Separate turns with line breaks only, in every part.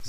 This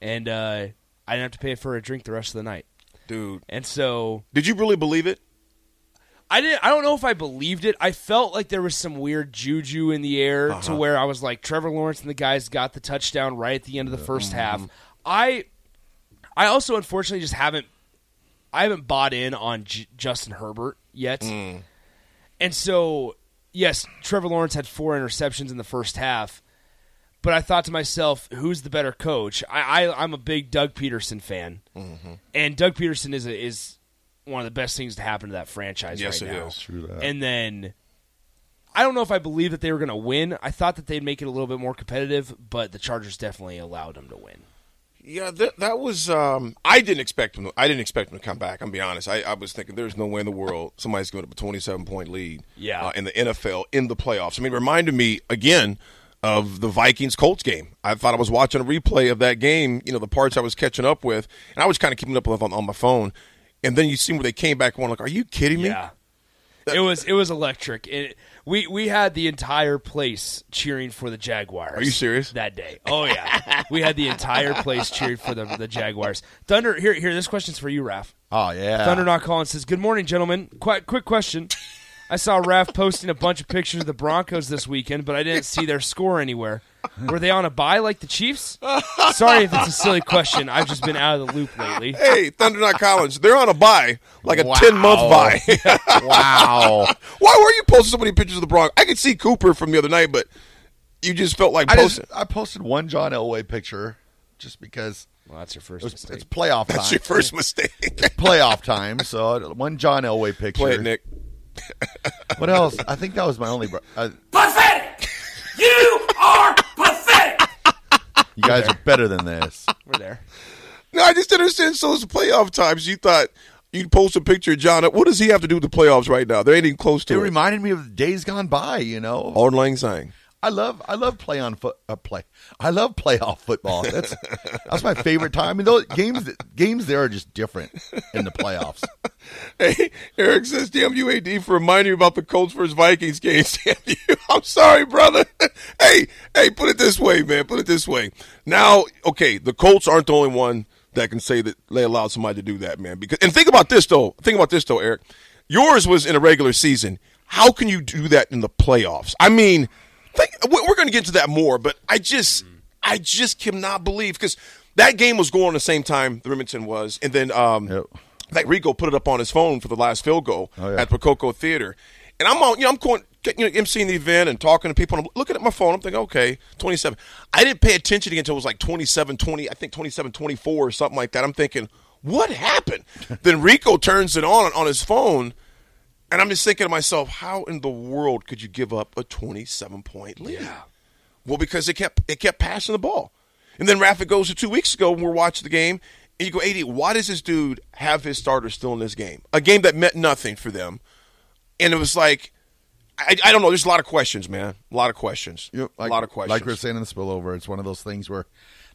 and uh, I didn't have to pay for a drink the rest of the night.
Dude,
And so
did you really believe it?
I didn't. I don't know if I believed it. I felt like there was some weird juju in the air to where I was like, Trevor Lawrence and the guys got the touchdown right at the end of the 1st half. I, I also unfortunately just haven't, I haven't bought in on J- Justin Herbert yet, and so yes, Trevor Lawrence had four interceptions in the first half. But I thought to myself, who's the better coach? I, I I'm a big Doug Peterson fan, and Doug Peterson is a, is one of the best things to happen to that franchise
Yes,
right
it
now.
is.
True that.
And then I don't know if I believe that they were going to win. I thought that they'd make it a little bit more competitive, but the Chargers definitely allowed them to win.
Yeah, that, that was. Um, I didn't expect him. To, I didn't expect him to come back. I'm be honest. I, I was thinking there's no way in the world somebody's going to a 27 point lead.
Yeah.
uh, in the NFL in the playoffs. I mean, it reminded me again of the Vikings Colts game. I thought I was watching a replay of that game. You know, the parts I was catching up with, and I was kind of keeping up with on, on my phone. And then you see where they came back. One like, are you kidding me?
Yeah. It was it was electric. It, we we had the entire place cheering for the Jaguars.
Are you serious?
That day. Oh yeah. we had the entire place cheering for the the Jaguars. Thunder here here this question's for you, Raf.
Oh yeah.
Thunder Knock Collins says, Good morning, gentlemen. Quite quick question. I saw Raf posting a bunch of pictures of the Broncos this weekend, but I didn't see their score anywhere. Were they on a bye like the Chiefs? Sorry if it's a silly question. I've just been out of the loop lately.
Hey, Thunder Not Collins, they're on a buy, like a 10 month buy.
wow.
Why were you posting so many pictures of the Broncos? I could see Cooper from the other night, but you just felt like
I just
posting.
I posted one John Elway picture just because
Well, that's your first
it was,
mistake.
it's playoff time.
That's your first mistake.
playoff time. So I- one John Elway picture.
Play it, Nick.
What else? I think that was my only. Bro- uh,
Pathetic! You are pathetic!
you guys are better than this.
We're there.
No, I just didn't understand. So it's playoff times. You thought you'd post a picture of John. What does he have to do with the playoffs right now? They ain't even close
It
to it.
reminded me of days gone by. You know,
Auld Lang Syne.
I love I love play on foot uh, play. I love playoff football. That's that's my favorite time. I mean, those games games there are just different in the playoffs.
Hey, Eric says, damn you, AD, for reminding me about the Colts versus Vikings game. Damn you. I'm sorry, brother. hey, hey, put it this way, man. Put it this way. Now, okay, the Colts aren't the only one that can say that they allowed somebody to do that, man. Because And think about this, though. Think about this, though, Eric. Yours was in a regular season. How can you do that in the playoffs? I mean, think, we- we're going to get to that more, but I just, I just cannot believe because that game was going on the same time the Remington was, and then um,
Yep.
in fact, Rico put it up on his phone for the last field goal
Oh, yeah.
at Prococo Theater. And I'm on, you know, I'm going, you know, emceeing the event and talking to people. And I'm looking at my phone. I'm thinking, okay, 27. I didn't pay attention until it was like 27, 20, I think 27, 24 or something like that. I'm thinking, what happened? then Rico turns it on on his phone. And I'm just thinking to myself, how in the world could you give up a 27 point lead? Well, because it kept it kept passing the ball, and then Rafa goes to two weeks ago when we're watching the game, and you go, "80, why does this dude have his starter still in this game? A game that meant nothing for them, and it was like, I, I don't know. There's a lot of questions, man. A lot of questions.
Yep,
a lot of questions.
Like we we're saying in the spillover, it's one of those things where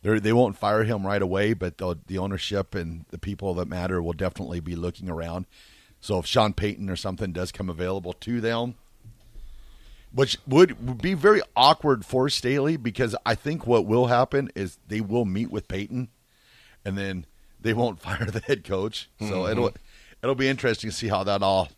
they they won't fire him right away, but they'll- the ownership and the people that matter will definitely be looking around. So if Sean Payton or something does come available to them, which would, would be very awkward for Staley because I think what will happen is they will meet with Payton, and then they won't fire the head coach. So
Mm-hmm.
it'll it'll be interesting to see how that all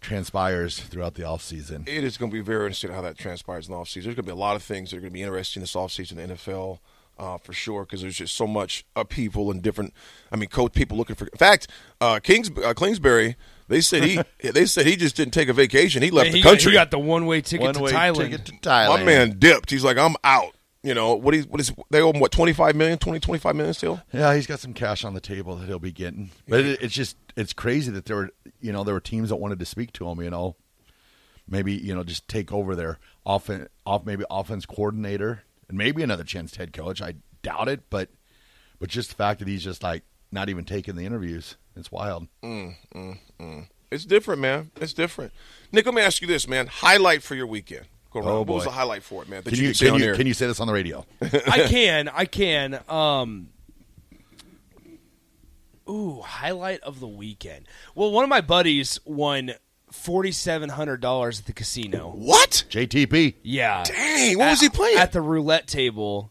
transpires throughout the offseason.
It is going to be very interesting how that transpires in the offseason. There's going to be a lot of things that are going to be interesting this offseason in the NFL uh, for sure because there's just so much upheaval and different. I mean, coach people looking for. In fact, uh, Kings uh, Kingsbury, they said he they said he just didn't take a vacation. He left
And
the
he, got,
country.
he got the one-way ticket to
One-way
Thailand.
ticket to Thailand.
My man dipped. He's like, I'm out. You know what? He, what is they owe him? What 25 million? 20, 25 million still?
Yeah, he's got some cash on the table that he'll be getting. But it, it's just it's crazy that there were you know there were teams that wanted to speak to him. You know, maybe you know just take over their offen off maybe offense coordinator and maybe another chance head coach. I doubt it, but but just the fact that he's just like not even taking the interviews, it's wild.
It's different, man. It's different. Nick, let me ask you this, man. Highlight for your weekend. Go around.
Oh,
what was
boy.
the highlight for it, man? That
Can
you,
you
could say
can
on
you,
air?
can you say this on the radio?
I can. I can. Um Ooh, highlight of the weekend. Well, one of my buddies won forty seven hundred dollars at the casino.
what?
JTP.
Yeah.
Dang, what was he playing?
At the roulette table,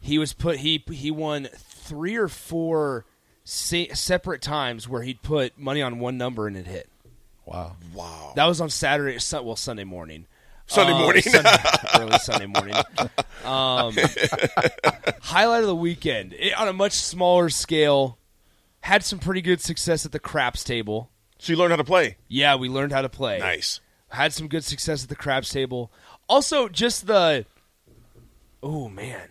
he was put he he won three or four se- separate times where he'd put money on one number and it hit.
Wow.
That was on Saturday, Sun- well Sunday morning.
Sunday
Uh,
morning.
Sunday, early Sunday morning. Um, highlight of the weekend it, on a much smaller scale. Had some pretty good success at the craps table.
so you learned how to play.
Yeah, we learned how to play.
Nice.
Had some good success at the craps table. Also, just the oh man,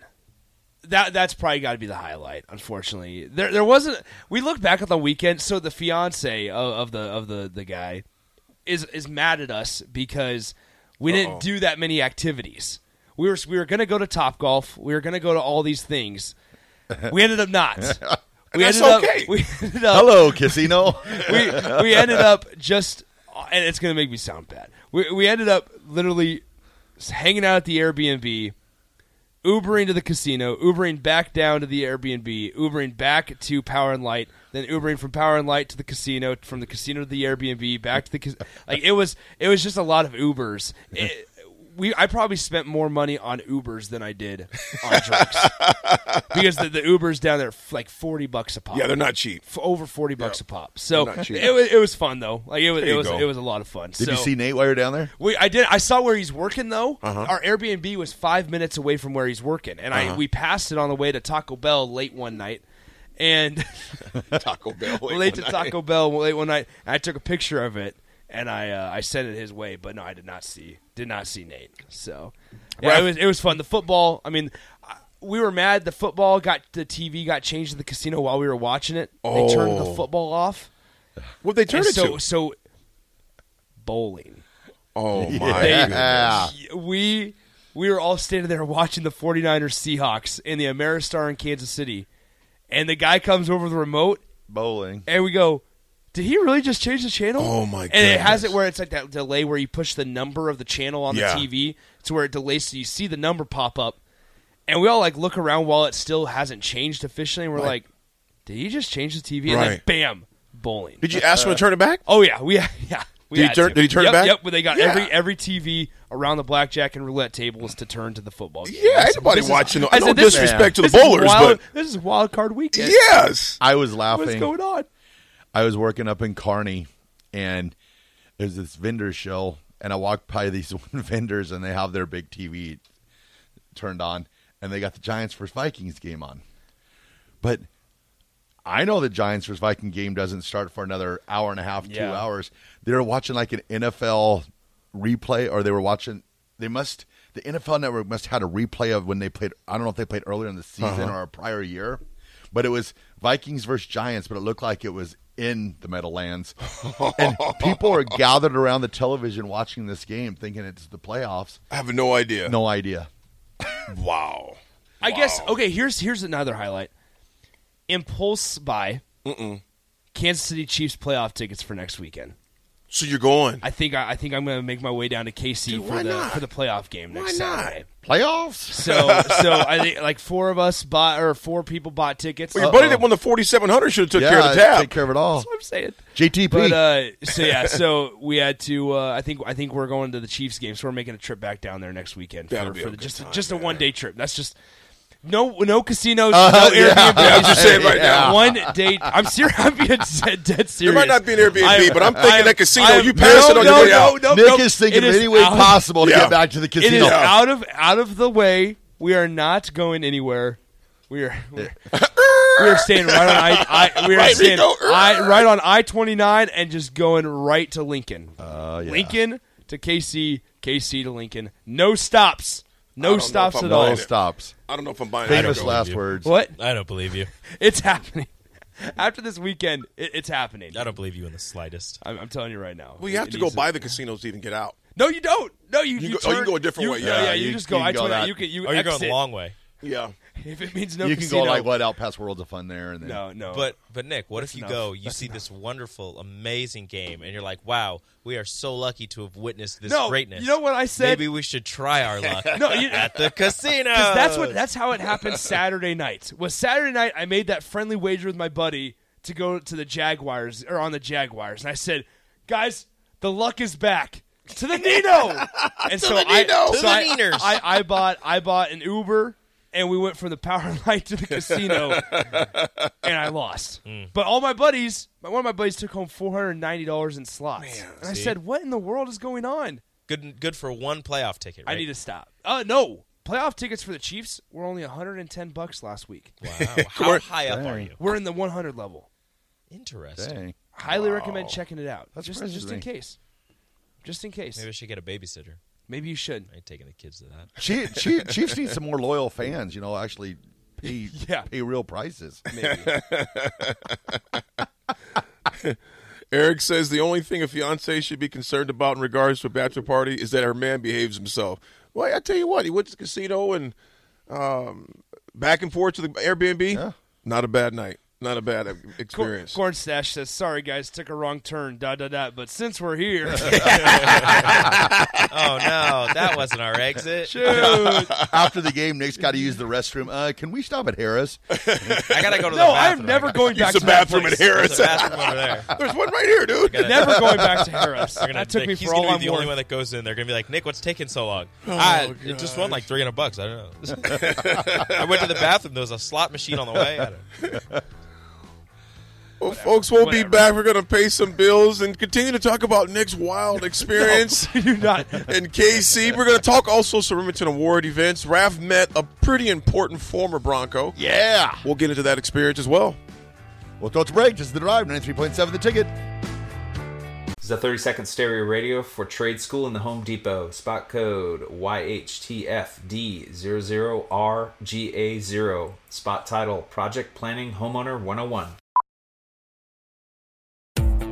that that's probably got to be the highlight. Unfortunately, there there wasn't. We look back at the weekend. So the fiance of, of the of the the guy is is mad at us because We didn't do that many activities. We were we were going to go to Top Golf. We were going to go to all these things. We ended up not. We
that's
ended up-
okay.
we ended up
Hello, casino.
we we ended up just, and it's gonna make me sound bad. We we ended up literally hanging out at the Airbnb, Ubering to the casino, Ubering back down to the Airbnb, Ubering back to Power and Light, then Ubering from Power and Light to the casino, from the casino to the Airbnb, back to the cas- like it was it was just a lot of Ubers. It- we I probably spent more money on Ubers than I did on drinks because the, the Ubers down there are f- like forty bucks a pop
Yeah, they're not cheap.
f- over forty bucks a pop. So
They're not
it
cheap.
was, it was fun though. Like it was
There
it
you
was
go.
it was a lot of fun.
Did
so,
you see Nate while you're down there?
We I did I saw where he's working though.
Uh-huh.
Our Airbnb was five minutes away from where he's working, and I we passed it on the way to Taco Bell late one night, and
Taco Bell.
late to Taco Bell late one night. And I took a picture of it and I uh, I sent it his way, but no, I did not see did not see Nate. So yeah,
Right.
it was it was fun. The football. I mean. I- We were mad. The football got the TV got changed to the casino while we were watching it. They turned the
Oh.
football off.
What they turn
And
it
so,
to?
so bowling.
Oh my
They-
goodness.
We we were all standing there watching the 49ers Seahawks in the Ameristar in Kansas City. And the guy comes over the remote
Bowling.
and we go, "Did he really just change the channel?"
Oh, my
And it has it
goodness.
where it's like that delay where you push the number of the channel on
Yeah.
the TV to where it delays so you see the number pop up. And we all like look around while it still hasn't changed officially and we're like, "Did he just change the TV?" And then
Right.
bam, bowling.
Did you ask him to turn it back?
Oh yeah, we yeah. We
Did he
had
turn-
to.
did he turn it
yep,
back?
Yep, but they got
Yeah.
every every TV around the blackjack and roulette tables to turn to the football. Game.
Yeah,
I said,
everybody
this
watching the-
I
no
said, this-
disrespect to the
this is
bowlers,
wild-
but-
this is wild card weekend.
Yes.
I was
what's
laughing.
going on?
I was working up in Kearney, and there's this vendor show, and I walked by these vendors, and they have their big TV turned on, and they got the Giants vs Vikings game on. But I know the Giants vs Viking game doesn't start for another hour and a half, two
Yeah.
hours. They were watching like an NFL replay, or they were watching. They must. The NFL Network must have had a replay of when they played. I don't know if they played earlier in the season or a prior year, but it was Vikings versus Giants. But it looked like it was in the Meadowlands, and people are gathered around the television watching this game, thinking it's the playoffs.
I have no idea.
No idea.
Wow.
I guess okay. Here's here's another highlight. Impulse buy Kansas City Chiefs playoff tickets for next weekend.
So you're going.
I think I, I think I'm going to make my way down to KC for
why
the
not?
for the playoff game next
Why not?
Saturday.
Playoffs.
So so I think like four of us bought or four people bought tickets. Uh,
Well, your buddy that won the 4700 should have took care of the tab.
take care of it all.
That's what I'm saying.
JTP.
But uh, so yeah, so we had to. Uh, I think I think we're going to the Chiefs game, so we're making a trip back down there next weekend for,
That'll be
for
a
the,
good
just
time,
just a
man.
one day trip. That's just no no casinos,
Uh,
no
yeah.
Airbnb.
Yeah,
I was just saying right now.
One day. I'm serious. I'm being dead, dead serious.
might not be an Airbnb,
I'm-
but I'm thinking
I'm-
that casino,
I'm-
you pass
no,
it on
no,
your way
no,
out.
No,
Nick
no,
is thinking
It
of any way
out-
possible to
Yeah.
get back to the
It
casino.
is out of out of the way. We are not going anywhere. We are. We're, we are staying right on I. I we are
Right,
staying
Rico.
I, right on I twenty nine and just going right to Lincoln.
Uh, yeah.
Lincoln to KC, KC to Lincoln. No stops.
don't
No
know
stops
if I'm
at
buying
all.
All
it.
stops.
I don't know if I'm buying
Famous
it.
last words.
What?
I don't believe you.
It's happening. After this weekend, it, it's happening.
I don't believe you in the slightest.
I'm, I'm telling you right now.
Well, you have
It
to go
needs
buy the casinos to even get out.
No, you don't. No, you
You
you,
go- oh, you
turn-
go a different
you-
way.
Yeah,
Yeah,
yeah. You,
you-
just go.
you can
I
go
twenty
that.
nine. You can. You
Oh, you're going
exit.
the long way.
Yeah.
If it means no
you can
casino,
go like what out past Worlds of Fun there, and then
No, no.
But but Nick, what if you
Oh. enough.
go, you see this wonderful, amazing game, and you're like, wow, we are so lucky to have witnessed this
No,
greatness.
you know what I said?
Maybe we should try our luck
no, you,
at the casino.
Because that's what that's how it happened Saturday night. Was Saturday night I made that friendly wager with my buddy to go to the Jaguars or on the Jaguars, and I said, guys, the luck is back. To the Nino, and so
the
I,
Nino.
To
so
the
I,
Niners.
I, I bought I bought an Uber, and we went from the Power Light to the casino, and I lost.
Hmm.
But all my buddies, my- one of my buddies took home four hundred ninety dollars in slots, and I said, "What in the world is going on?"
good good for one playoff ticket.
I need to stop. Uh no. Playoff tickets for the Chiefs were only 110 bucks last week.
wow. How high up are you?
We're in the 100 level.
Interesting.
dang,
Highly recommend checking it out.
That's
just
crazy to
just in
me.
case. Just in case.
Maybe I
Maybe,
should get a babysitter.
you should.
I ain't taking the kids to that.
Chief, Chief, Chiefs need some more loyal fans. You know, actually pay
Yeah.
pay real prices.
Maybe.
Eric says the only thing a fiance should be concerned about in regards to a bachelor party is that her man behaves himself. Well, I tell you what, he went to the casino and um, back and forth to the Airbnb. Not a bad night. Not a bad experience.
Corn Stash says, "Sorry guys, took a wrong turn. Dot dot dot. But since we're here,
oh no, that wasn't our exit.
After the game, Nick's got to use the restroom. Uh, can we stop at Harris? I
gotta go to
No, I'm never going back to that place.
There's one right here, dude.
never going back to Harris.
They're gonna-
That took
Nick-
me
he's
for all
gonna be
I'm
the only
worth.
one that goes in. They're gonna be like, Nick, what's taking so long?
Oh,
I, it just won like three hundred bucks. I don't know. I went to the bathroom. There was a slot machine on the way. I don't know.
Well, folks, we'll be back. We're going to pay some bills and continue to talk about Nick's wild experience.
you not.
And KC, we're going to talk also some Remington Award events. Raf met a pretty important former Bronco.
Yeah.
We'll get into that experience as well.
We'll throw it to break. This is The Drive, 93.7 The Ticket.
This is a 30 second stereo radio for trade school in the Home Depot. Spot code YHTFD00RGA0. Spot title Project Planning Homeowner 101.